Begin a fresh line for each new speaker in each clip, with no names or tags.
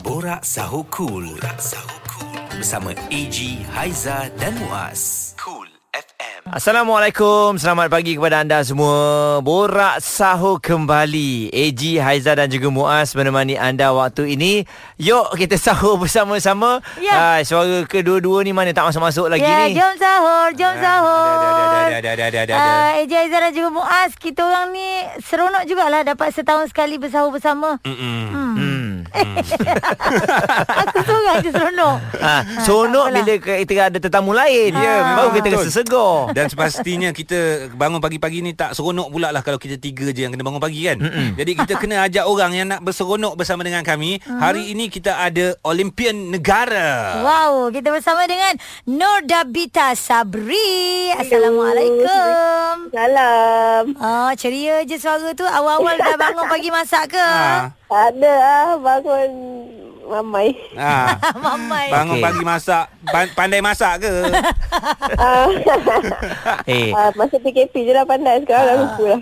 Borak Sahur Cool. Borak Sahur Cool. Bersama AG, Haiza dan Muaz. Cool FM.
Assalamualaikum, selamat pagi kepada anda semua. Borak sahur kembali. AG, Haiza dan juga Muaz menemani anda waktu ini. Yuk kita sahur bersama-sama.
Ya.
Ah, suara kedua-dua ni mana tak masuk-masuk lagi
Ya,
ni. Ah,
jom sahur, jom sahur.
ada, ada, ada, ada, ada, ada.
Ah, Eja Aizah dan juga Muaz, kita orang ni seronok jugalah dapat setahun sekali bersahur bersama.
Hmm.
Aku seorang je seronok.
Ah, sonok
tak apalah.
bila kita ada tetamu lain.
Ya, memang
Baru kita
betul.
rasa segar.
Oh. Dan sepastinya kita bangun pagi-pagi ni tak seronok pula lah kalau kita tiga je yang kena bangun pagi kan. Mm-mm. Jadi kita kena ajak orang yang nak berseronok bersama dengan kami. Mm. Hari ini kita ada Olimpian Negara.
Wow, kita bersama dengan Nur Dabita Sabri. Assalamualaikum.
Salam.
Oh, ceria je suara tu. Awal-awal dah bangun pagi masak ke?
Ah,
Ada ah bangun mamai.
ah.
Mamai.
Okey.
Bangun okay. pagi masak Pan- Pandai masak ke?
Ah,
Eh,
ah, masa PKP je lah pandai sekarang dah lupa lah.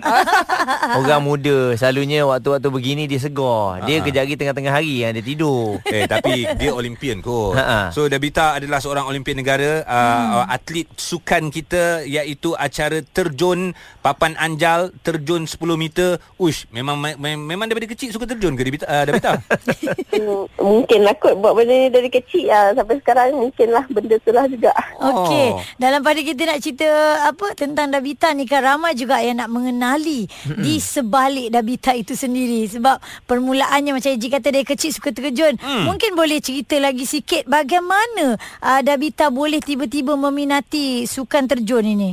orang muda selalunya waktu-waktu begini dia segar. Dia
Ah.
kerja hari tengah-tengah hari yang dia tidur.
eh tapi dia Olimpian kot
Ha-ha.
So Dabita adalah seorang Olimpian negara uh, hmm. Atlet sukan kita Iaitu acara terjun Papan anjal Terjun 10 meter Uish Memang me- me- memang daripada kecil suka terjun ke Dabita? Uh, Dabita?
Hmm, mungkin lah kot buat benda ni dari kecil lah. Sampai sekarang mungkin lah benda tu lah juga.
Okey,
Oh.
dalam pada kita nak cerita apa tentang Dabita ni kan ramai juga yang nak mengenali di sebalik Dabita itu sendiri sebab permulaannya macam Eji kata dia kecil suka terjun. Mungkin boleh cerita lagi sikit bagaimana uh, Dabita boleh tiba-tiba meminati sukan terjun ini.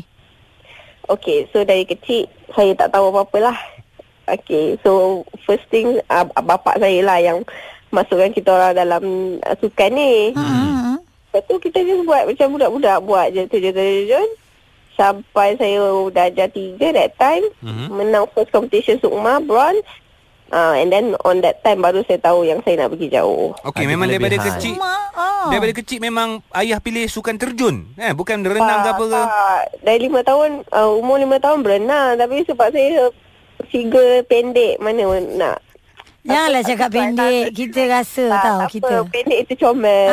Okay, so dari kecil saya tak tahu apa-apa lah. Okay, so first thing ah, bapak saya lah yang masukkan kita orang dalam ah, sukan ni.
Hmm.
Lepas tu kita just buat macam budak-budak buat je terjun-terjun. Sampai saya darjah tiga that time.
Mhm.
Mm-hmm. Menang first competition Sukma, bronze. Uh, and then on that time baru saya tahu yang saya nak pergi jauh.
Okey,
Ada
memang daripada
kelebihan.
kecil
Ma, oh.
daripada kecil memang ayah pilih sukan terjun. Eh, bukan renang ke apa ke.
Ah, tak. Dari lima tahun, uh, umur lima tahun berenang. Tapi sebab saya figure pendek mana nak.
Janganlah cakap pendek. Kita rasa
tak,
Ya, tahu
tak
kita.
Apa, pendek itu comel.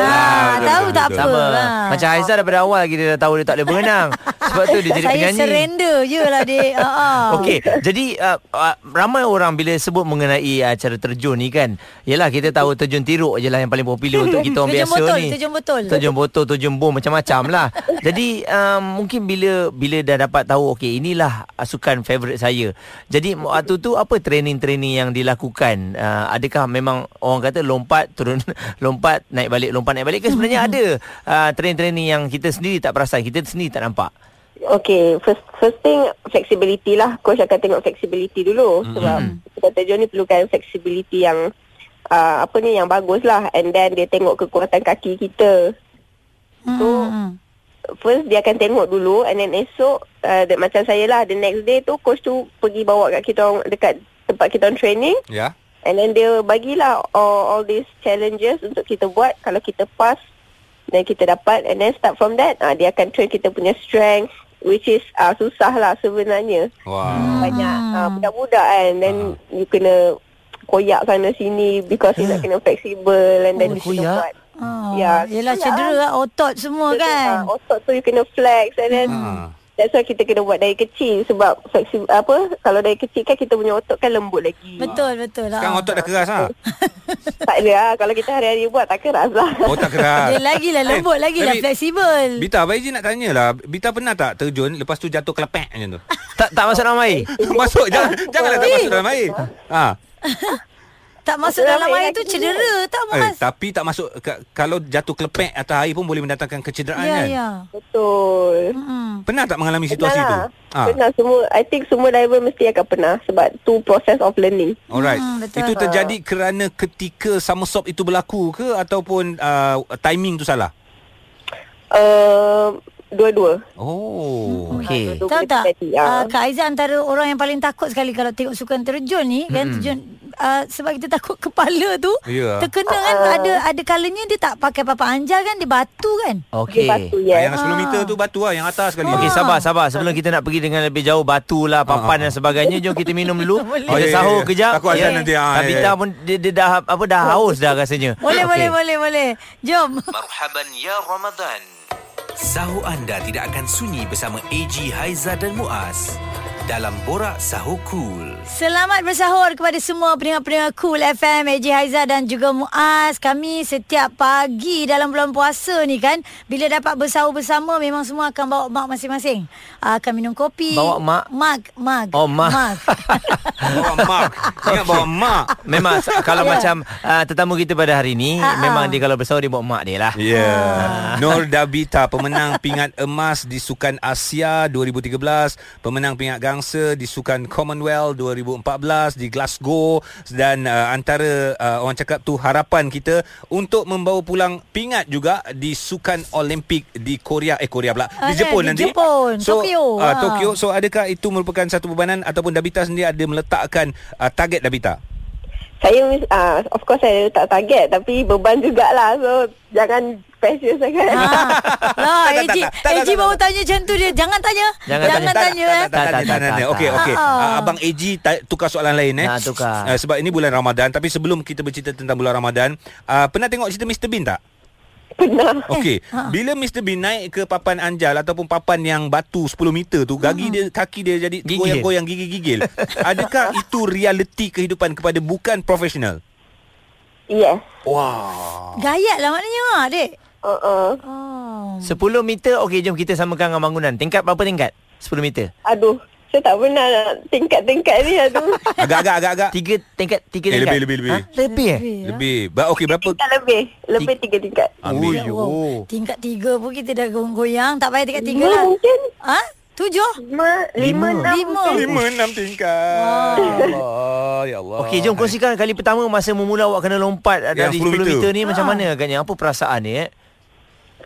Ah,
betul,
tahu
betul,
tak
betul.
apa.
Sama
Ha.
Macam Haizah daripada awal Kita dah tahu dia tak boleh berenang Sebab tu dia jadi
saya
penyanyi
surrender je lah dek. Ha, Ha.
Okey, jadi uh, uh, ramai orang bila sebut mengenai uh, acara terjun ni kan, yalah kita tahu terjun tiruk je lah yang paling popular untuk kita orang
Terjun
biasa
botol,
ni.
terjun botol.
Terjun botol, terjun bom macam-macam lah. jadi um, mungkin bila bila dah dapat tahu okey inilah sukan favourite saya. Jadi waktu tu apa training-training yang dilakukan? Uh, adakah memang orang kata lompat turun lompat naik balik lompat naik balik ke sebenarnya ada uh, training-training yang kita sendiri tak perasan, kita sendiri tak nampak.
Okay, first first thing flexibility lah. Coach akan tengok flexibility dulu mm-hmm. sebab kita terjun ni perlukan flexibility yang uh, apa ni yang bagus lah. And then dia tengok kekuatan kaki kita.
Hmm.
First dia akan tengok dulu and then esok uh, the, macam saya lah the next day tu coach tu pergi bawa kat kita orang dekat tempat kita orang training
Ya.
and then dia bagilah all, all these challenges untuk kita buat kalau kita pass then kita dapat and then start from that uh, dia akan train kita punya strength which is uh, susah lah sebenarnya.
Hmm.
Wah.
banyak uh, budak-budak kan then
Ah.
you kena koyak sana sini because you nak kena flexible and
Oh,
then you kena
koyak.
buat
Oh,
Ya,
Yelah
ya.
cedera lah, otot semua
Ah,
kan.
otot tu you kena flex and then
Hmm.
that's why kita kena buat dari kecil sebab flexible apa kalau dari kecil kan kita punya otot kan lembut lagi
Betul, betul lah.
Sekarang otot dah keras ah.
tak ada lah kalau kita hari-hari buat tak keras lah
Otak keras. Eh,
Dia lagi lah lembut, lagi lah
tapi-
fleksibel.
Bita, Abang Izzy nak tanyalah. Bita pernah tak terjun lepas tu jatuh kelepek macam tu?
Tak tak masuk dalam air.
masuk jangan janganlah tak masuk dalam air. Ha.
Tak masuk
Betul
dalam
lah,
air
lagi
tu
dia.
cedera tak
Eh,
mas?
tapi tak masuk ka- kalau jatuh kelepek atas air pun boleh mendatangkan kecederaan
Ya,
kan?
ya.
betul
Hmm.
Pernah tak mengalami situasi
Pernah lah.
tu? Ha.
Pernah semua I think semua diver mesti akan pernah Sebab tu process of learning
Alright.
Hmm,
Hmm,
betul.
itu terjadi kerana ketika somersault itu berlaku ke ataupun uh, timing tu salah?
uh, dua-dua.
Oh.
Okey.
Dua-dua
Tahu
boleh
tak
terjadi. Ha.
uh, Kak Aiza antara orang yang paling takut sekali Kalau tengok sukan terjun ni kan terjun uh, Sebab kita takut kepala tu
Hmm. Ya.
Terkena kan
Ah.
Ada ada kalanya dia tak pakai papan anjal kan Dia batu kan
Ah.
Dia
Okey.
batu
Yeah.
ya.
Yang 10 meter tu batu lah yang atas sekali.
Ah.
Okey, sabar, sabar. Sebelum kita nak pergi dengan lebih jauh batu
Ah,
lah, papan dan sebagainya, jom kita minum dulu.
Oh, ya,
Kita
ya,
sahur
ya.
kejap.
Takut azan nanti, ah,
Tabita
ya, ya.
pun dia, dia dah apa dah haus dah rasanya.
Boleh
Okey.
boleh boleh boleh Jom
Marhaban ya Ramadan. Sahur anda tidak akan sunyi bersama AG Haiza dan Muaz dalam Borak Sahur Cool.
Selamat bersahur kepada semua pendengar-pendengar Cool FM, AJ Haiza dan juga Muaz. Kami setiap pagi dalam bulan puasa ni kan, bila dapat bersahur bersama memang semua akan bawa mak masing-masing. Ah, Akan minum kopi.
Bawa mak?
Mak, mak. Ah,
Oh, mak.
Bawa mak. Ingat bawa mak.
Memang s- kalau
Ya.
macam uh, tetamu kita pada hari ni
Ah, ah.
memang dia kalau bersahur dia bawa mak dia lah.
Ya. Yeah. Nur Dabita pemenang pingat emas di Sukan Asia 2013, pemenang pingat gangsa di Sukan Commonwealth 2014 di Glasgow dan uh, antara uh, orang cakap tu harapan kita untuk membawa pulang pingat juga di Sukan Olimpik di Korea eh Korea pula
Ah,
di Jepun
di
nanti.
Jepun,
so,
Tokyo,
Uh,
ah.
Tokyo. So adakah itu merupakan satu bebanan ataupun Dabita sendiri ada meletakkan uh, target Dabita?
Saya uh, of course saya tak target tapi beban jugalah. So jangan kan. pressure
Ha.
sangat.
Lah,
Tak, tak,
AJ,
tak, tak, tak,
AJ
tak,
baru
tak.
tanya macam tu dia. Jangan tanya.
Jangan
Jangan tanya. eh.
tak,
Tak
tak,
tak
tak,
tak
tak,
tak.
tak.
Okey okey.
Ah, ah.
Ah, Abang AG ta- tukar soalan lain eh.
Ah, tukar.
Ah, sebab ini bulan Ramadan tapi sebelum kita bercerita tentang bulan Ramadan, ah, pernah tengok cerita Mr Bean tak?
Pernah.
Eh,
Okey.
ha.
Bila Mr Bean naik ke papan anjal ataupun papan yang batu 10 meter tu,
Ha.
gigi dia kaki dia jadi
Gigil.
goyang-goyang gigil-gigil. Adakah itu realiti kehidupan kepada bukan profesional?
Yes.
Wah.
Gayat lah maknanya, mak, dek.
Uh-uh.
Oh.
10 meter okey jom kita samakan dengan bangunan. Tingkat berapa tingkat? 10 meter.
Aduh. Saya tak pernah nak tingkat-tingkat ni. Aduh.
Agak-agak agak-agak.
Tiga tingkat tiga
Eh,
tingkat.
lebih, lebih, lebih.
Ha? Lebih eh?
Lebih, ya?
Lebih. Ba- Okey berapa?
tingkat lebih. Lebih tiga tingkat.
Ambil.
Ya Allah. Tingkat tiga pun kita dah goyang-goyang. Tak payah tingkat tiga
Lima
lah.
mungkin.
Ha? Tujuh?
Lima, lima,
Lima.
enam.
Lima.
Lima enam tingkat. Ya Allah, ya Allah.
Okey, jom kongsikan kali pertama masa mula awak kena lompat eh, dari
Yang
10 meter,
10 Ya, meter.
ni macam
Ah.
mana agaknya? Apa perasaan dia? Eh?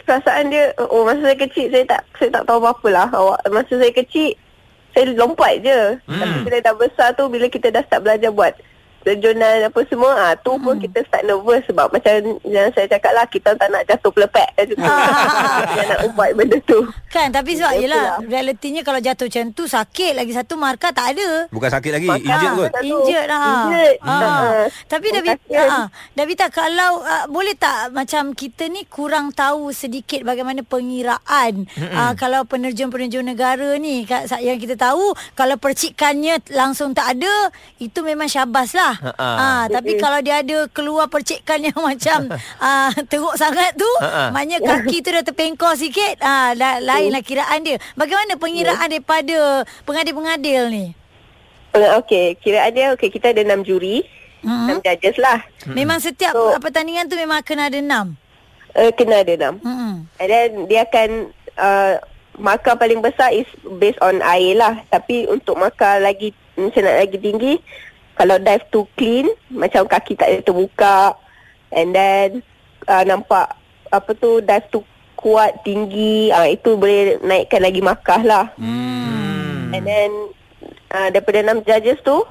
Perasaan dia, oh masa saya kecil saya tak saya tak tahu apa-apa lah. Awak- Masa saya kecil, saya lompat je. Hmm. Tapi bila dah besar tu, bila kita dah start belajar buat terjunan apa semua, ah tu pun kita start nervous sebab macam yang saya cakap lah, kita tak nak jatuh pelepek. Macam tu. Kita nak ubat benda tu.
Kan tapi sebab
Betul
yelah
lah.
Realitinya kalau jatuh macam tu Sakit lagi satu markah tak ada
Bukan sakit lagi, injet kot.
betul.
Injured lah
Injured.
ha.
Ah.
Tapi Davita
Kasihan.
ha. Davita kalau uh, Boleh tak macam kita ni Kurang tahu sedikit Bagaimana pengiraan uh, Kalau penerjun-penerjun negara ni kat- sa- Yang kita tahu Kalau percikannya Langsung tak ada Itu memang syabas lah
Ha, ha.
ha. Tapi kalau dia ada Keluar percikan yang macam uh, Teruk sangat tu
Ha, ha.
Maknanya kaki tu dah terpengkor sikit ah, la, Lainlah kiraan dia Bagaimana pengiraan daripada Pengadil-pengadil ni
Okey, Eh, kiraan dia, okey kita ada enam juri, enam judges lah.
Memang setiap
So-
pertandingan tu Memang akan ada enam
Uh, kena ada enam.
Mm-mm.
And then dia akan uh, markah paling besar is based on air lah. Tapi untuk markah lagi macam nak lagi tinggi, kalau dive too clean, macam kaki tak ada terbuka. And then uh, nampak apa tu dive too kuat tinggi, uh, itu boleh naikkan lagi markah lah. Hmm. And then uh, daripada enam judges tu,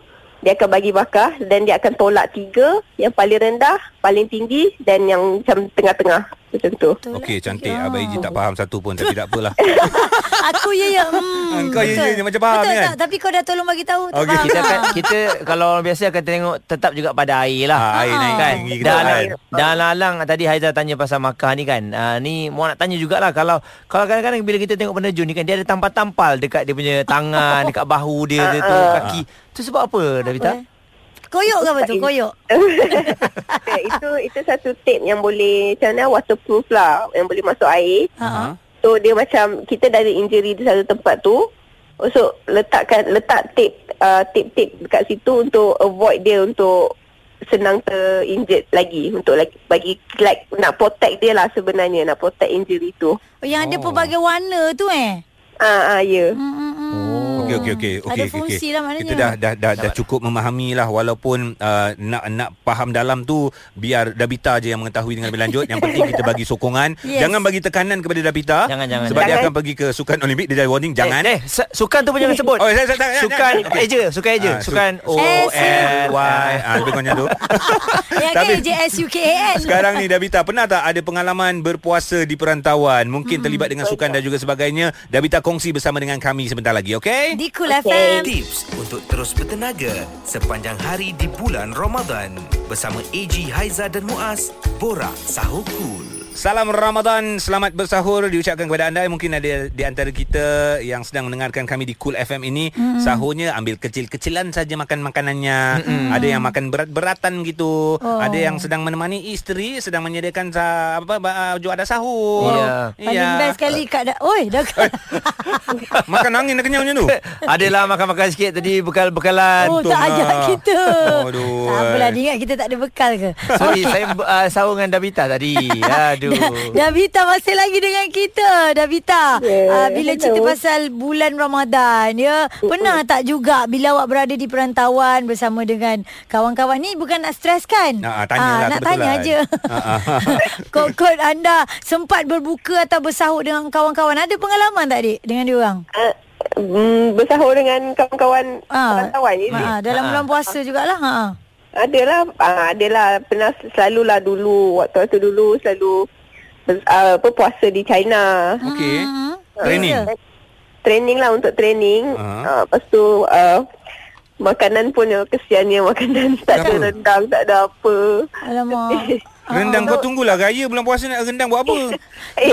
dia akan bagi markah dan dia akan tolak tiga yang paling rendah, paling tinggi dan yang macam tengah-tengah macam tu.
Betul lah.
Okey cantik
Ah.
Abang Iji tak faham satu pun Tapi tak apalah
Aku ya ya hmm,
Kau ya,
betul.
ya, ya, macam faham
betul,
kan?
tak? Tapi kau dah tolong bagi tahu tak
Okey.
faham,
Kita
tak?
akan, kita kalau orang biasa akan tengok tetap juga pada air lah.
Ah, air naik
kan?
tinggi ke
Dah
tak
alang,
kan?
dah lalang tadi Haizah tanya pasal makah ni kan. Ah, ni mau nak tanya jugalah kalau kalau kadang-kadang bila kita tengok penerjun ni kan dia ada tampal-tampal dekat dia punya tangan, dekat bahu dia, dia tu kaki. Tu sebab apa Davita?
Koyok ke apa tu koyok
Okay, Eh, itu itu satu tip yang boleh macam mana waterproof lah yang boleh masuk air.
Ha.
So dia macam kita dari injury di satu tempat tu. So letakkan letak tip uh, tip-tip dekat situ untuk avoid dia untuk senang terinjured lagi untuk lagi bagi like nak protect dia lah sebenarnya nak protect injury tu.
Oh.
Yang ada pelbagai warna tu eh
Ah ah ya. Yeah.
hmm, hmm, hmm.
Oh,
Okey okey okey okey.
Ada
okey,
fungsi
okey.
lah maknanya.
Kita dah dah dah, dah cukup memahami lah walaupun uh, nak nak faham dalam tu biar Dabita je yang mengetahui dengan lebih lanjut. Yang penting kita bagi sokongan.
Yes.
Yes. Jangan bagi tekanan kepada Dabita.
Jangan, jangan.
Sebab dia
Jangan.
akan pergi ke sukan Olimpik dia dah warning jangan.
Eh, eh su- sukan tu pun jangan sebut.
Oh, saya- saya- saya-
sukan
okey.
eja, sukan eja.
Ah, su-
sukan O N Y.
Why? Ah, lebih kurang macam tu.
Eh, Ya kan
Tapi-
JSUKAN
Sekarang ni Davita pernah tak ada pengalaman berpuasa di perantauan?
Hmm.
Mungkin terlibat dengan sukan dan juga sebagainya. Davita kongsi bersama dengan kami sebentar lagi, okey?
Di Cool FM
Tips untuk terus bertenaga sepanjang hari di bulan Ramadan bersama AG Haiza dan Muaz, Borak Sahur Cool.
Salam Ramadan, selamat bersahur diucapkan kepada anda. Mungkin ada di antara kita yang sedang mendengarkan kami di Cool FM ini, sahurnya ambil kecil-kecilan saja makan makanannya. Ada yang makan berat-beratan gitu.
Oh.
Ada yang sedang menemani isteri sedang menyediakan sa- apa ba- baju ada sahur.
Ya.
Oh. Paling best kan? sekali Kak da- Oi dah
Makan angin dah kenyang macam tu.
Adalah makan-makan sikit tadi bekal-bekalan.
Oh
Untung
tak ajak
lah.
kita
Aduh,
Tak apalah
eh.
dia ingat kita tak ada bekal ke
Sorry, saya uh, sahur dengan Davita tadi. Aduh.
Davita masih lagi dengan kita Davita yeah,
Yeah,
uh, Bila cerita
hello.
pasal bulan Ramadan ya Pernah tak juga bila awak berada di perantauan Bersama dengan kawan-kawan ni Bukan nak stres kan
Ah, ah, tanyalah
Ah, Nak
kebetulan.
tanya je
Ah, ah.
Kod-kod anda sempat berbuka atau bersahur dengan kawan-kawan Ada pengalaman tak dik dengan diorang?
Ah, mm, bersahur dengan kawan-kawan
Ah,
perantauan ni.
ah, dalam bulan puasa jugalah ha.
Adalah ah, adalah pernah selalulah dulu waktu tu dulu selalu uh, apa puasa di China. Ah,
Okey.
Hmm.
Training.
Ya.
Training lah untuk training.
Ah.
Uh-huh. Uh, lepas tu uh, makanan pun yang kesiannya makanan tak ada
Kenapa?
rendang, tak ada apa.
Alamak
Rendang
Oh.
kau tunggulah raya bulan puasa nak rendang buat apa?
Eh,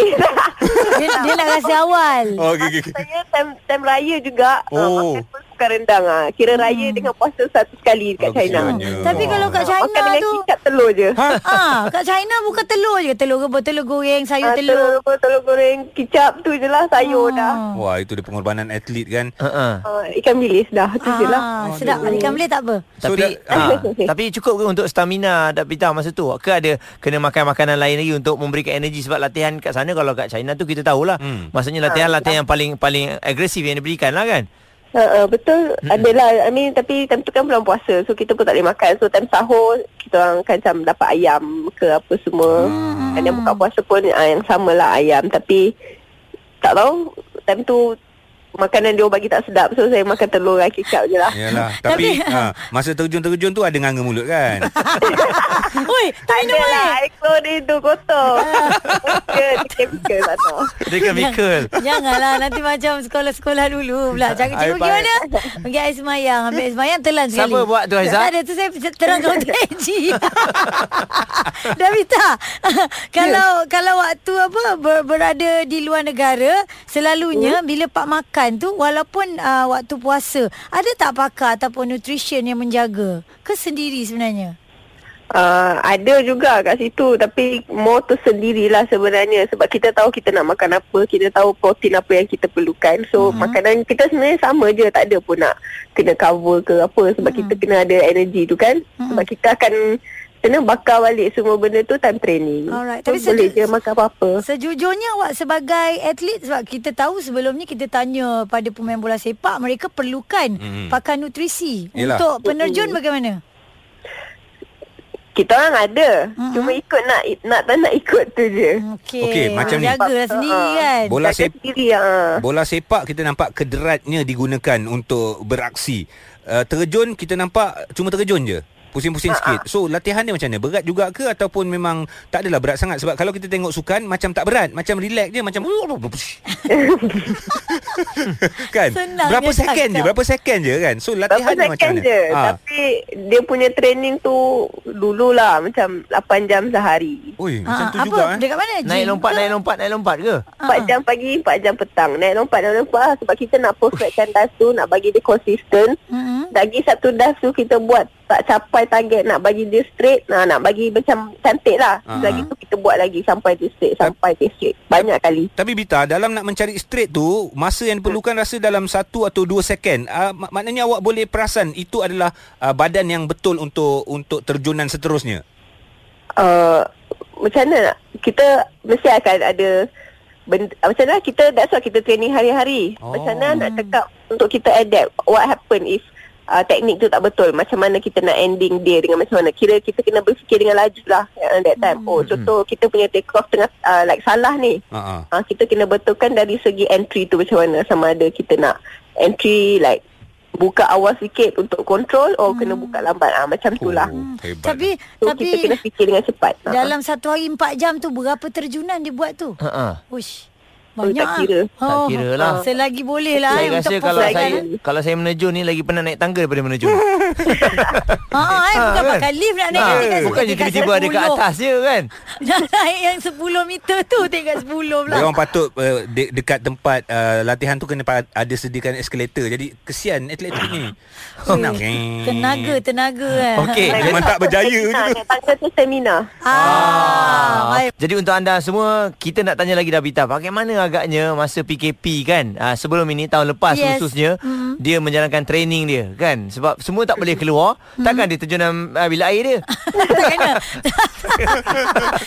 dia, dia nak rasa awal
Oh, okey okey. okey.
saya time, time raya juga uh,
Oh.
makan pun bukan rendang ah. Kira raya dengan puasa satu sekali dekat
Oh,
China. Ah,
kesiannya.
Hmm. Tapi kalau kat
makan
China
dengan
tu
kicap telur je.
Ha?
Ah, kat China bukan telur je. Telur rebus, telur goreng, sayur
Ah,
telur.
telur, telur, telur goreng, kicap tu je lah sayur dah.
Wah, itu dia pengorbanan atlet kan.
Uh-uh.
Uh, ikan bilis dah, tu je lah.
Ah, sedap. Ikan boleh tak apa?
So,
Tapi
dah-
ha, tapi cukup ke untuk stamina Davita masa tu? Ke ada kena makan makanan lain lagi untuk memberikan energi sebab latihan kat sana kalau kat China tu kita tahulah. Hmm.
Hmm.
Maksudnya latihan-latihan yang paling paling agresif yang diberikan lah kan.
Uh, uh, betul adalah I mean tapi time tu kan bulan puasa so kita pun tak boleh makan so time sahur kita orang kan macam dapat ayam ke apa semua hmm. dan yang buka puasa pun uh, yang samalah ayam tapi tak tahu time tu makanan dia orang bagi tak sedap so saya makan telur dan kicap je lah
Yalah,
Tapi-
tapi ha, masa terjun-terjun tu ada nganga mulut kan.
Oi, tak minum
Adalah
air.
lah, ekor dia tu kotor Ke Chemical tak tahu
kan
Dia chemical.
Janganlah nanti macam sekolah-sekolah dulu pula. Jangan
Air
cikgu pergi
pahit.
mana? Pergi air semayang. Ambil air semayang telan sekali.
Siapa buat tu, Aizat?
Tak ada tu saya terang kau teji. Davita, kalau kalau waktu apa ber, berada di luar negara, selalunya bila pak makan tu walaupun uh, waktu puasa, ada tak pakar ataupun nutrition yang menjaga? Ke sendiri sebenarnya?
Uh, ada juga kat situ tapi more tu sendirilah sebenarnya sebab kita tahu kita nak makan apa, kita tahu protein apa yang kita perlukan. So
Mhm.
mm-hmm. makanan kita sebenarnya sama je, tak ada pun nak kena cover ke apa sebab mm-hmm. kita
Mhm.
kena ada energy tu kan. Mm-hmm. Sebab kita akan kena bakar balik semua benda tu time training.
Alright,
So,
tapi
boleh
sedu-
je makan apa-apa.
Sejujurnya awak sebagai atlet sebab kita tahu sebelumnya kita tanya pada pemain bola sepak mereka perlukan mm.
Mm.
pakan nutrisi
Oh,
Yelah.
untuk penerjun bagaimana?
Kita orang ada, mm-hmm. cuma
Mhm.
ikut nak nak tak nak ikut tu je.
Okey,
Okey, macam ni.
Ah,
jagalah sendiri kan.
Bola
Jaga
sep-
sendiri ah.
Bola sepak kita nampak kederatnya digunakan untuk beraksi. Uh, terjun kita nampak cuma terjun je. Pusing-pusing
Ha,
sikit. So latihan dia macam mana? Berat juga ke ataupun memang tak adalah berat sangat sebab kalau kita tengok sukan macam tak berat, macam relax je macam kan?
Senang
berapa
dia
second je,
cakap.
berapa second je kan. So latihan
Berapa
dia macam
second
mana?
je
Ah.
ha. Tapi dia punya training tu Dululah macam 8 jam sehari
Oi, macam
Ah,
tu
apa?
juga eh.
Dekat mana?
Naik
Gym
lompat,
ke?
naik lompat, naik lompat ke?
4 jam pagi 4 jam petang Naik lompat naik lompat lah. Sebab kita nak perfectkan das tu Nak bagi dia konsisten
Mm-mm.
Lagi satu das tu kita buat Tak capai target Nak bagi dia straight nah, Nak bagi macam cantik lah
Ah.
Lagi tu kita buat lagi Sampai dia straight Sampai dia straight Banyak kali
Tapi Bita, dalam nak mencari straight tu, masa yang diperlukan
Hmm.
rasa dalam satu atau dua second. Uh, mak- maknanya awak boleh perasan itu adalah uh, badan yang betul untuk untuk terjunan seterusnya.
uh, macam mana nak- kita mesti uh, akan ada benda, macam mana kita that's why kita training hari-hari.
Oh.
Macam mana nak cakap untuk kita adapt what happen if uh, teknik tu tak betul macam mana kita nak ending dia dengan macam mana kira kita kena berfikir dengan laju lah uh, that time
Hmm.
oh contoh kita punya take off tengah uh, like salah ni
Ha-ha.
uh, kita kena betulkan dari segi entry tu macam mana sama ada kita nak entry like buka awal sikit untuk control or kena buka lambat ah macam tu lah
Hmm. Oh, hebat.
Hmm. Tapi
so
tapi
kita kena fikir dengan cepat Ah.
dalam satu hari empat jam tu berapa terjunan dia buat tu?
Ha ah.
Ush.
Oh,
Banyak
tak kira.
ah.
Tak kira lah.
Selagi boleh lah
Saya
eh,
rasa
untuk
kalau
perform
saya
kan.
kalau saya menerjun ni lagi pernah naik tangga daripada menerjun.
Ha eh, bukan
kan?
pakai lift nak naik
Ah,
dekat
bukan je
dekat
tiba-tiba ada kat
10.
atas je kan.
Dah naik yang 10 meter tu Tingkat 10 pula
Dia orang patut uh, de- dekat tempat uh, latihan tu kena pa- ada sediakan eskelator. Jadi kesian atletik ni. Senang.
Tenaga Tenaga eh.
Okey,
Like,
Memang
tangga
tak
tu
berjaya je
seminar,
tu.
naik Tangga tu seminar
Ah, baik.
Jadi untuk anda semua Kita nak tanya lagi Davita Bagaimana agaknya Masa PKP kan uh, Sebelum ini Tahun lepas yes.
Yes. Mm-hmm.
khususnya mm. Dia menjalankan training dia kan Sebab semua tak boleh keluar
Mm-hmm.
mm. Takkan dia terjun dalam uh, bilik air dia
tak kena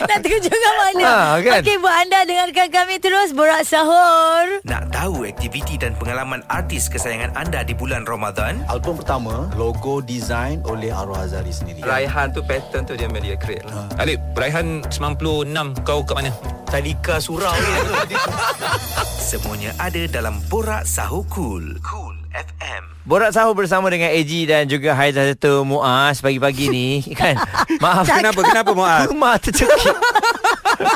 Nak terjun kat mana
Ah, kan?
Okey buat anda Dengarkan kami terus Borak Sahur
Nak tahu aktiviti dan pengalaman artis kesayangan anda di bulan Ramadan?
Album pertama logo design oleh Arwah Azari sendiri.
Raihan tu pattern tu dia memang dia create lah.
Alip, Raihan 96 kau kat mana?
Talika surau ni.
Semuanya ada dalam Borak Sahur Cool. Cool FM.
Borak sahur bersama dengan AG Dan juga Haizah Zatu Muaz Pagi-pagi ni Kan Maaf
Kenapa? Kenapa Muaz?
Rumah tercekik
ah,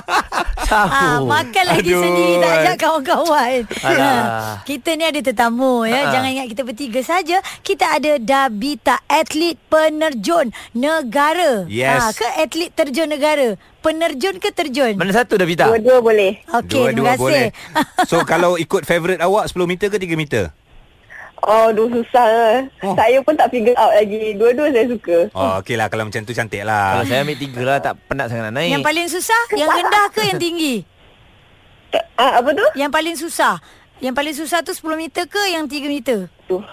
Sahur
Makan lagi
Aduh,
sendiri Tak ajak
Wan.
kawan-kawan
Oh, eh. Alah.
Ah, Kita ni ada tetamu ya.
Ah.
Jangan ingat kita bertiga saja Kita ada Dabita Atlet penerjun negara
Yes.
Ah, Ke atlet terjun negara Penerjun ke terjun
Mana satu Davita?
Dua-dua boleh
Okey terima
boleh.
kasih
So kalau ikut favourite awak 10 meter ke 3 meter?
Oh, dua susah lah.
Oh.
Oh. Saya pun tak figure out lagi. Dua-dua saya suka.
Oh, okey lah kalau macam tu cantik lah.
Kalau saya ambil tiga lah Tak penat sangat nak naik
Yang paling susah Yang rendah ke yang tinggi
Tak- Ah, apa tu?
Yang paling susah Yang paling susah tu 10 meter ke Yang 3 meter
tu.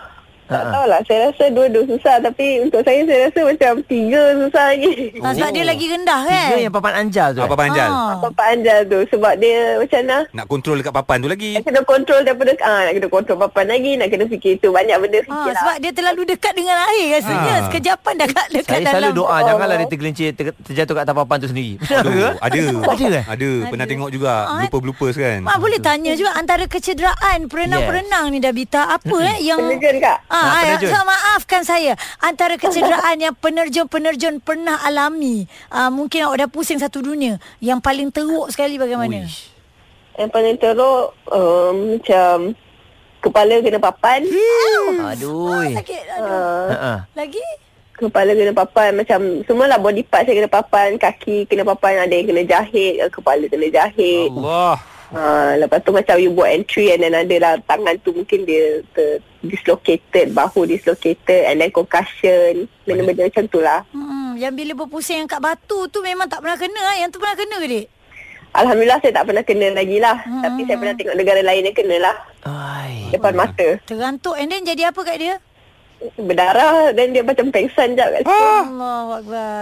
Tak tahu lah. Saya rasa dua-dua susah. Tapi untuk saya, saya rasa macam tiga susah lagi.
oh. Sebab dia lagi rendah kan
Tiga yang papan anjal tu
Apa
eh?
panjal?
Ah.
Papa Anjal tu. Sebab dia macam mana?
Nak kontrol dekat papan tu lagi.
Eh,
Nak kena kontrol daripada... Ah, nak kena kontrol papan lagi. Nak kena fikir tu. Banyak benda fikir
Ha,
lah.
sebab dia terlalu dekat dengan air rasanya.
Ah.
Sekejapan dah kat, dekat
Saya
dalam.
selalu doa Janganlah dia tergelincir ter, Terjatuh kat atas papan tu sendiri Benar ke?
Aduh, ada.
Ada eh?
Ada. Pernah
Ada.
tengok juga.
Ah.
Blooper-bloopers kan.
Mak boleh tanya juga antara kecederaan perenang-perenang ni Dabita apa eh yang
Penerjun, Kak.
Ah,
Ah, ah
penerjun.
so, maafkan saya. Antara kecederaan yang penerjun-penerjun pernah alami. Ah, mungkin awak dah pusing satu dunia. Yang paling teruk sekali bagaimana?
Uish.
Yang paling teruk, um, macam... Kepala kena papan.
Aduh.
Ah, sakit. Aduh.
Uh,
Ha-ha.
Lagi?
kepala kena papan macam semualah body part saya kena papan kaki kena papan ada yang kena jahit eh, kepala kena jahit
Allah.
Ha, lepas tu macam you buat entry and then ada lah tangan tu mungkin dia ter, dislocated, bahu dislocated and then concussion. Benda-benda macam tu lah.
Hmm, yang bila berpusing yang kat batu tu memang tak pernah kena. eh. Yang tu pernah kena ke, Dik?
Alhamdulillah saya tak pernah kena lagi lah. Tapi saya pernah tengok negara lain yang kena lah.
Ai.
Depan mata.
Terantuk and then jadi apa kat dia?
Berdarah dan dia macam pengsan jap
Ah.
kat situ.
Allahu Akbar.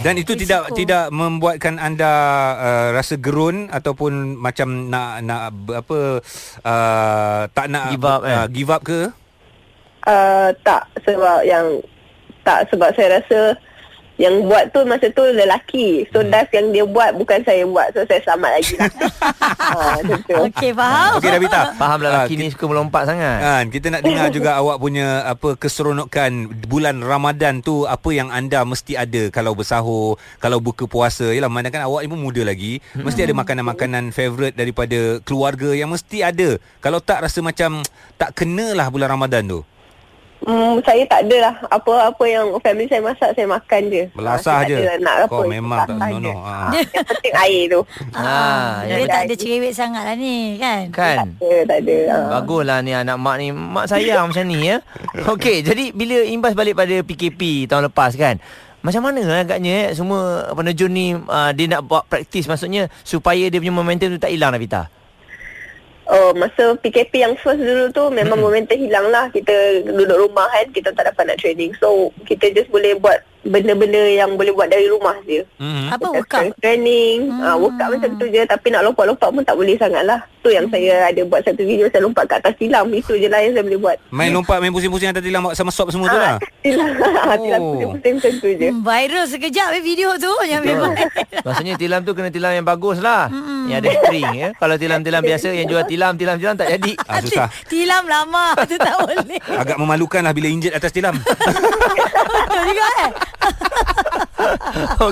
Dan itu tidak
Risiko.
tidak membuatkan anda uh, rasa gerun ataupun macam nak nak ber- apa uh, tak nak
Give up, eh?
uh, give up ke?
Uh, tak sebab yang... Tak sebab saya rasa yang buat tu masa tu
Hmm.
lelaki. So dive yang dia buat bukan saya buat. So saya selamat lagi lah. ha, macam tu.
Okey, faham?
Okey Davita.
Fahamlah lah lelaki
Ah,
ni suka melompat sangat.
Kan, kita nak dengar juga awak punya apa keseronokan bulan Ramadan tu apa yang anda mesti ada kalau bersahur, kalau buka puasa. Yalah mandakan awak ni pun muda lagi, mesti ada makanan-makanan favourite daripada keluarga yang mesti ada. Kalau tak rasa macam tak kenalah bulan Ramadan tu.
Hmm, saya tak ada lah. Apa-apa yang family saya masak, saya makan je. Ah,
Belasah
saya tak
je.
ada Nak apa.
Kau memang tak Hmm.
Belasah
senonoh.
je.
Ha.
Yang penting air tu.
Ah,
Ah, dia
ya.
tak ada cerewet sangat lah ni, kan?
Tak
Kan?
ada, tak ada. Ha.
Baguslah ni anak mak ni Mak sayang macam ni ya Okey jadi bila imbas balik pada PKP tahun lepas kan Macam mana agaknya eh, semua ah, penerjun ni uh, Dia nak buat praktis maksudnya Supaya dia punya momentum tu tak hilang Navita
Oh, masa PKP yang first dulu tu memang hmm. momentum hilang lah. Kita duduk rumah kan, kita tak dapat nak training. So, kita just boleh buat benda-benda yang boleh buat dari rumah je.
Hmm.
Apa
Kita
workout?
strength Training, hmm. uh, workout macam tu je. Tapi nak lompat-lompat pun tak boleh sangat lah. Tu yang
Hmm.
saya ada buat satu video, saya lompat kat atas silam. Itu je lah yang saya boleh buat.
Main lompat, main pusing-pusing atas tilang buat sama sop semua tu lah.
Silam, oh. silam
Oh.
pusing-pusing macam tu je.
Hmm, viral sekejap eh, video tu yang memang
Maksudnya tilam tu kena tilam yang bagus lah Yang ada string ya Kalau tilam-tilam biasa yang jual tilam Tilam-tilam tak jadi
Ah, susah.
tilam lama tu tak boleh.
Ah.
Agak memalukan lah bila injet atas tilam.
Betul juga eh.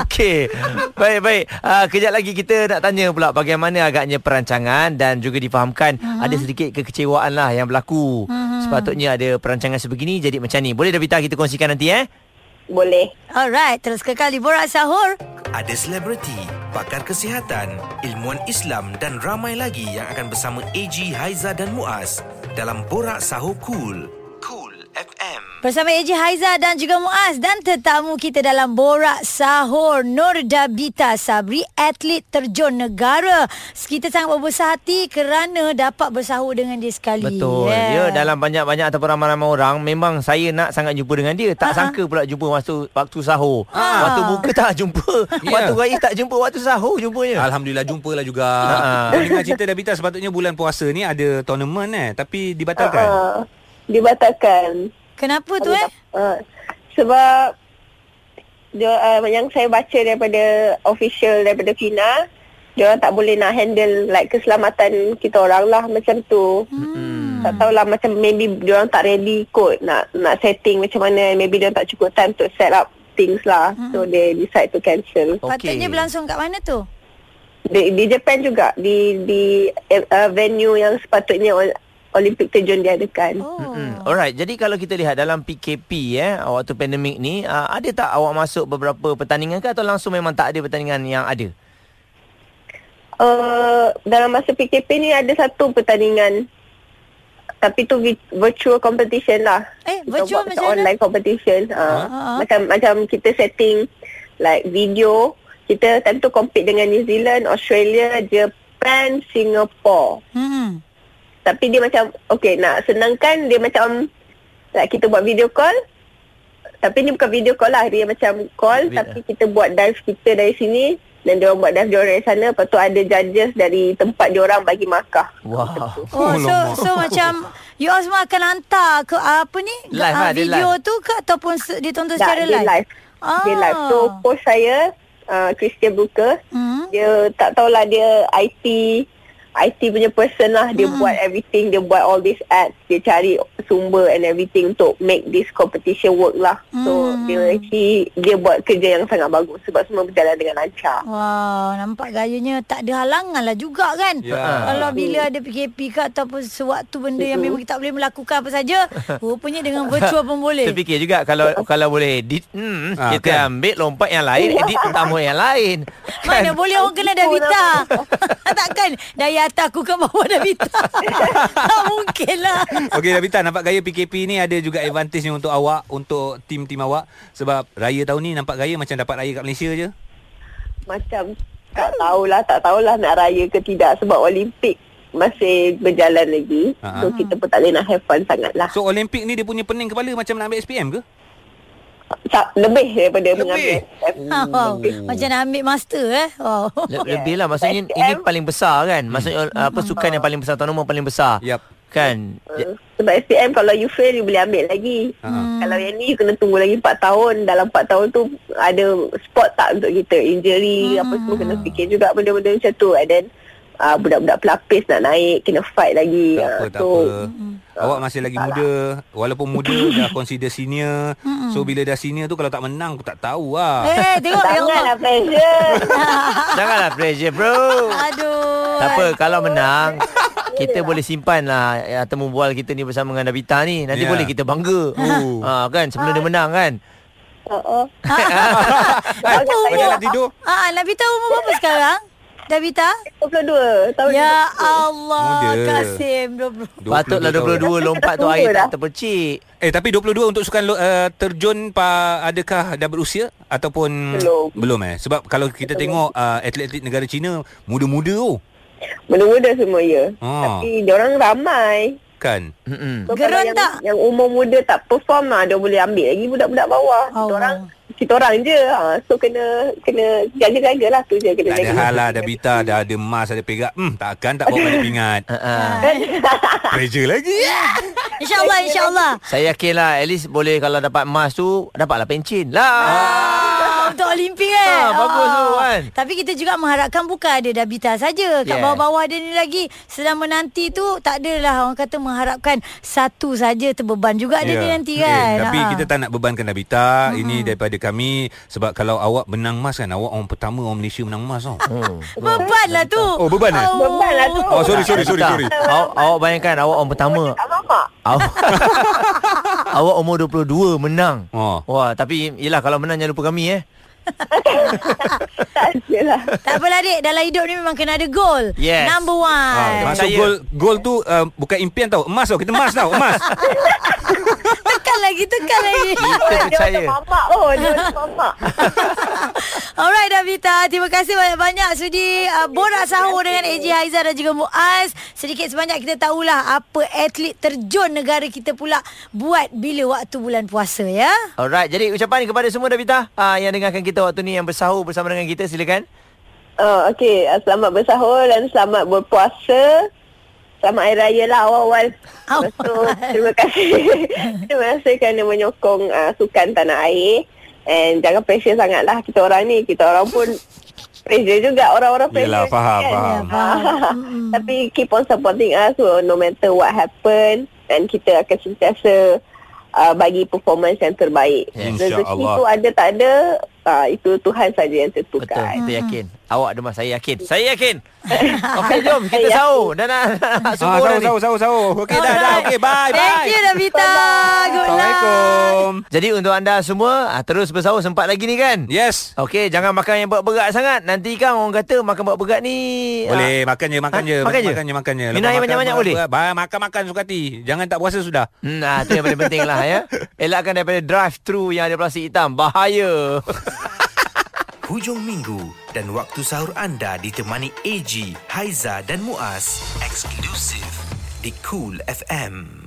Okey. Baik-baik. Uh, kejap lagi kita nak tanya pula bagaimana agaknya perancangan dan juga difahamkan ada sedikit kekecewaan lah yang berlaku. Sepatutnya ada perancangan sebegini jadi macam ni. Boleh Davita kita kongsikan nanti eh?
Boleh.
Alright, terus kekal di Borak Sahur.
Ada selebriti, pakar kesihatan, ilmuwan Islam dan ramai lagi yang akan bersama AG Haiza dan Muaz dalam Borak Sahur Cool. Cool FM.
Bersama Eji Haiza dan juga Muaz dan tetamu kita dalam Borak Sahur Nur Dabita Sabri atlet terjun negara. Kita sangat berbesar hati kerana dapat bersahur dengan dia sekali.
Betul. Yeah. Ya, dalam banyak-banyak ataupun ramai-ramai orang memang saya nak sangat jumpa dengan dia. Tak uh-huh. sangka pula jumpa waktu waktu sahur. Uh-huh. Waktu buka tak jumpa.
Ya.
Yeah. Waktu raya tak jumpa, waktu sahur
Ya.
jumpanya.
Alhamdulillah jumpa lah juga.
Ah.
Kau dengar cerita Davita sepatutnya bulan puasa ni ada tournament eh. Tapi dibatalkan.
Uh, dibatalkan.
Kenapa tu eh?
Uh, sebab dia, uh, yang saya baca daripada official daripada FINA, dia orang tak boleh nak handle like keselamatan kita orang lah macam tu. Hmm. Tak tahulah macam maybe dia orang tak ready kot nak nak setting macam mana maybe dia orang tak cukup time to set up things lah. Hmm. So they decide to cancel.
Okey.
Patutnya berlangsung kat mana tu?
Di, di Japan juga di di eh, uh, venue yang sepatutnya ol- Olympic terjun diadakan.
Oh.
Mm-mm. Alright, jadi kalau kita lihat dalam PKP eh waktu pandemik ni, uh, ada tak awak masuk beberapa pertandingan ke atau langsung memang tak ada pertandingan yang ada?
Uh, dalam masa PKP ni ada satu pertandingan tapi tu vi- virtual competition lah.
Eh,
Kita
virtual
buat
macam mana?
online competition. Uh,
Ha?
Macam macam kita setting like video, kita time tu compete dengan New Zealand, Australia, Japan, Singapore.
Hmm.
Tapi dia macam okay nak senangkan dia macam like kita buat video call tapi ni bukan video call lah dia macam call
Video.
tapi kita buat dive kita dari sini dan dia orang buat dive dia orang dari sana lepas tu ada judges dari tempat dia orang bagi markah
Wow.
Oh, so so macam you all semua akan hantar ke apa ni?
Live,
Ah,
ah, dia
video
live.
tu ke ataupun se- ditonton
Tak,
secara
dia
live?
live.
Ah.
dia live so coach saya uh, Christian Brooker
Hmm.
dia tak tahulah dia IT IT punya person lah
Hmm.
dia buat everything dia buat all these ads dia cari sumber and everything untuk make this competition work lah so
Hmm.
dia he, dia buat kerja yang sangat bagus sebab semua berjalan dengan lancar
Wow, nampak gayanya tak ada halangan lah juga kan.
Ya.
Kalau bila ada PKP ke ataupun sewaktu benda yang memang kita tak boleh melakukan apa saja, rupanya dengan virtual pun boleh.
Terfikir juga kalau kalau boleh edit, hmm,
Ah,
kita
kan?
ambil lompat yang lain, edit tamu yang lain. Kan?
Mana boleh orang kena Davita. Takkan dari atas aku ke bawah Davita. tak mungkin lah.
Okey Davita nampak gaya PKP ni ada juga advantage ni untuk awak untuk tim-tim awak sebab raya tahun ni nampak gaya macam dapat raya kat Malaysia je.
macam tak
Hmm.
tahulah tak tahulah nak raya ke tidak sebab Olimpik masih berjalan lagi so kita pun tak boleh nak have fun sangat lah
So Olimpik ni dia punya pening kepala macam nak ambil SPM ke?
tak, lebih daripada mengambil
Oh. Ah,
Wow. Macam nak ambil master eh. Wow.
Le- lebih lah maksudnya ini paling besar kan?
Hmm.
Maksudnya uh, apa sukan yang paling besar, tournament paling besar.
Yap.
Kan?
Ya.
Ja-
Sebab SPM kalau you fail you boleh ambil lagi.
Ah.
Hmm. Kalau yang ni you kena tunggu lagi 4 tahun. Dalam 4 tahun tu ada spot tak untuk kita injury hmm. apa semua kena fikir juga benda-benda macam tu. And then uh, budak-budak pelapis nak naik kena fight lagi.
Tak
Ah,
apa, tak
so,
apa. Awak masih lagi muda. Walaupun muda dah consider senior. So bila dah senior tu kalau tak menang aku tak tahu lah.
Eh, tengok ya Allah.
Janganlah pressure.
Ah.
Janganlah pressure bro.
Aduh.
Tak apa kalau menang kita boleh simpan lah ya, temu bual kita ni bersama dengan Nabita ni. Nanti
Ya.
boleh kita bangga.
Oh.
Ha kan sebelum dia menang kan.
Uh-uh.
Apa
Jangan
Macam
umur?
nak tidur.
Ah, Nabita umur berapa sekarang? Davita?
22 tahun
Ya
ni.
Allah,
Muda.
Kasim 20.
22
Patutlah
tahun.
22 lompat tu
Dah
air
tua
tak
dah.
terpercik.
Eh tapi 22 untuk sukan lo- uh, terjun pa, adakah dah berusia ataupun
Belum.
eh, belum eh sebab kalau kita tengok uh, atlet-atlet negara Cina muda-muda tu. Oh.
muda-muda semua ya.
Ah.
Tapi orang ramai.
Kan?
Mm-mm.
So,
Gerun
kalau yang,
tak?
Yang umur muda tak perform lah, dia boleh ambil lagi budak-budak bawah. Kita
Allah.
orang kita orang je. Ha. So kena kena jaga-jaga lah tu je. Kena
Tak ada
jaga.
hal lah Dah bita Dah ada emas Ada perak Hmm takkan tak bawa balik pingat
Uh-uh.
Pressure lagi
Ya,
InsyaAllah, insyaAllah.
Saya yakin lah At least boleh Kalau dapat emas tu Dapatlah pencin lah
Ah, untuk Olimpik kan
Ah, bagus tu, kan?
Tapi kita juga mengharapkan Bukan ada Dabita saja Kat
Yes.
bawah-bawah dia ni lagi Sedang menanti tu Tak adalah orang kata Mengharapkan Satu saja Terbeban juga yeah. dia ni nanti kan
Eh, tapi
Ah.
kita tak nak bebankan Nabita. Ini daripada kami sebab kalau awak menang emas kan, awak orang pertama orang Malaysia menang emas tau.
Beban lah tu
Oh, beban eh?
Beban lah tu.
Oh, sorry, sorry, sorry,
Tak.
sorry.
Awak, awak bayangkan Awak orang pertama
Tak mamak.
Awak, awak umur 22 menang
Oh.
Wah tapi Yelah kalau menang Jangan lupa kami eh
Tak ada lah.
Tak apalah dek Dalam hidup ni memang kena ada goal
Yes.
Number one
Ah,
Ha, Masuk
Saya-
gol gol tu uh, bukan impian tau, emas tau. Kita emas tau, emas.
Tekan lagi Tekan lagi
Kita
Dia
percaya
macam mamak. Oh, dia macam mamak.
Alright Davita Terima kasih banyak-banyak Sudi uh, Borak sahur dengan AJ Haizah dan juga Muaz Sedikit sebanyak kita tahulah Apa atlet terjun negara kita pula Buat bila waktu bulan puasa ya
Alright jadi ucapan kepada semua Davita uh, Yang dengarkan kita waktu ni Yang bersahur bersama dengan kita Silakan
Oh, okey. Ah, Selamat bersahur dan selamat berpuasa. Selamat Hari Raya lah awal-awal.
Awal.
Lepas tu, terima kasih. terima kasih kerana menyokong uh, sukan tanah air. And jangan pressure sangat lah kita orang ni. Kita orang pun pressure juga. Orang-orang pressure.
Yelah, faham,
kan?
faham.
Ah, Tapi keep on supporting us so no matter what happen. Dan kita akan sentiasa uh, bagi performance yang terbaik.
Yes.
Rezeki
InsyaAllah.
tu ada tak ada, uh, itu Tuhan saja yang tentukan.
Betul kita yakin Awak ada mas Saya yakin Saya yakin Okey jom kita sahur Dan nak, nak, nak
Ah,
subuh dah
sahur,
ni
sahur, sahur, sahur. Okey dah, dah.
Alright.
Okey, bye, bye.
Thank you Davita Good luck
Assalamualaikum.
Jadi untuk anda semua ah, Terus bersahur sempat lagi ni kan
Yes.
Okey, jangan makan yang berat-berat sangat. Nanti kan orang kata makan berat-berat ni
Boleh makan je makan
Ha?
je
Makan je?
makan je makan je.
Minum air banyak-banyak boleh?
Makan makan suka hati. Jangan tak puasa sudah.
Ah, hmm, ah, tu yang paling penting lah ya. Elakkan daripada drive-thru yang ada plastik hitam. Bahaya.
Hujung minggu dan waktu sahur anda ditemani AG, Haiza dan Muaz. Eksklusif di Cool FM.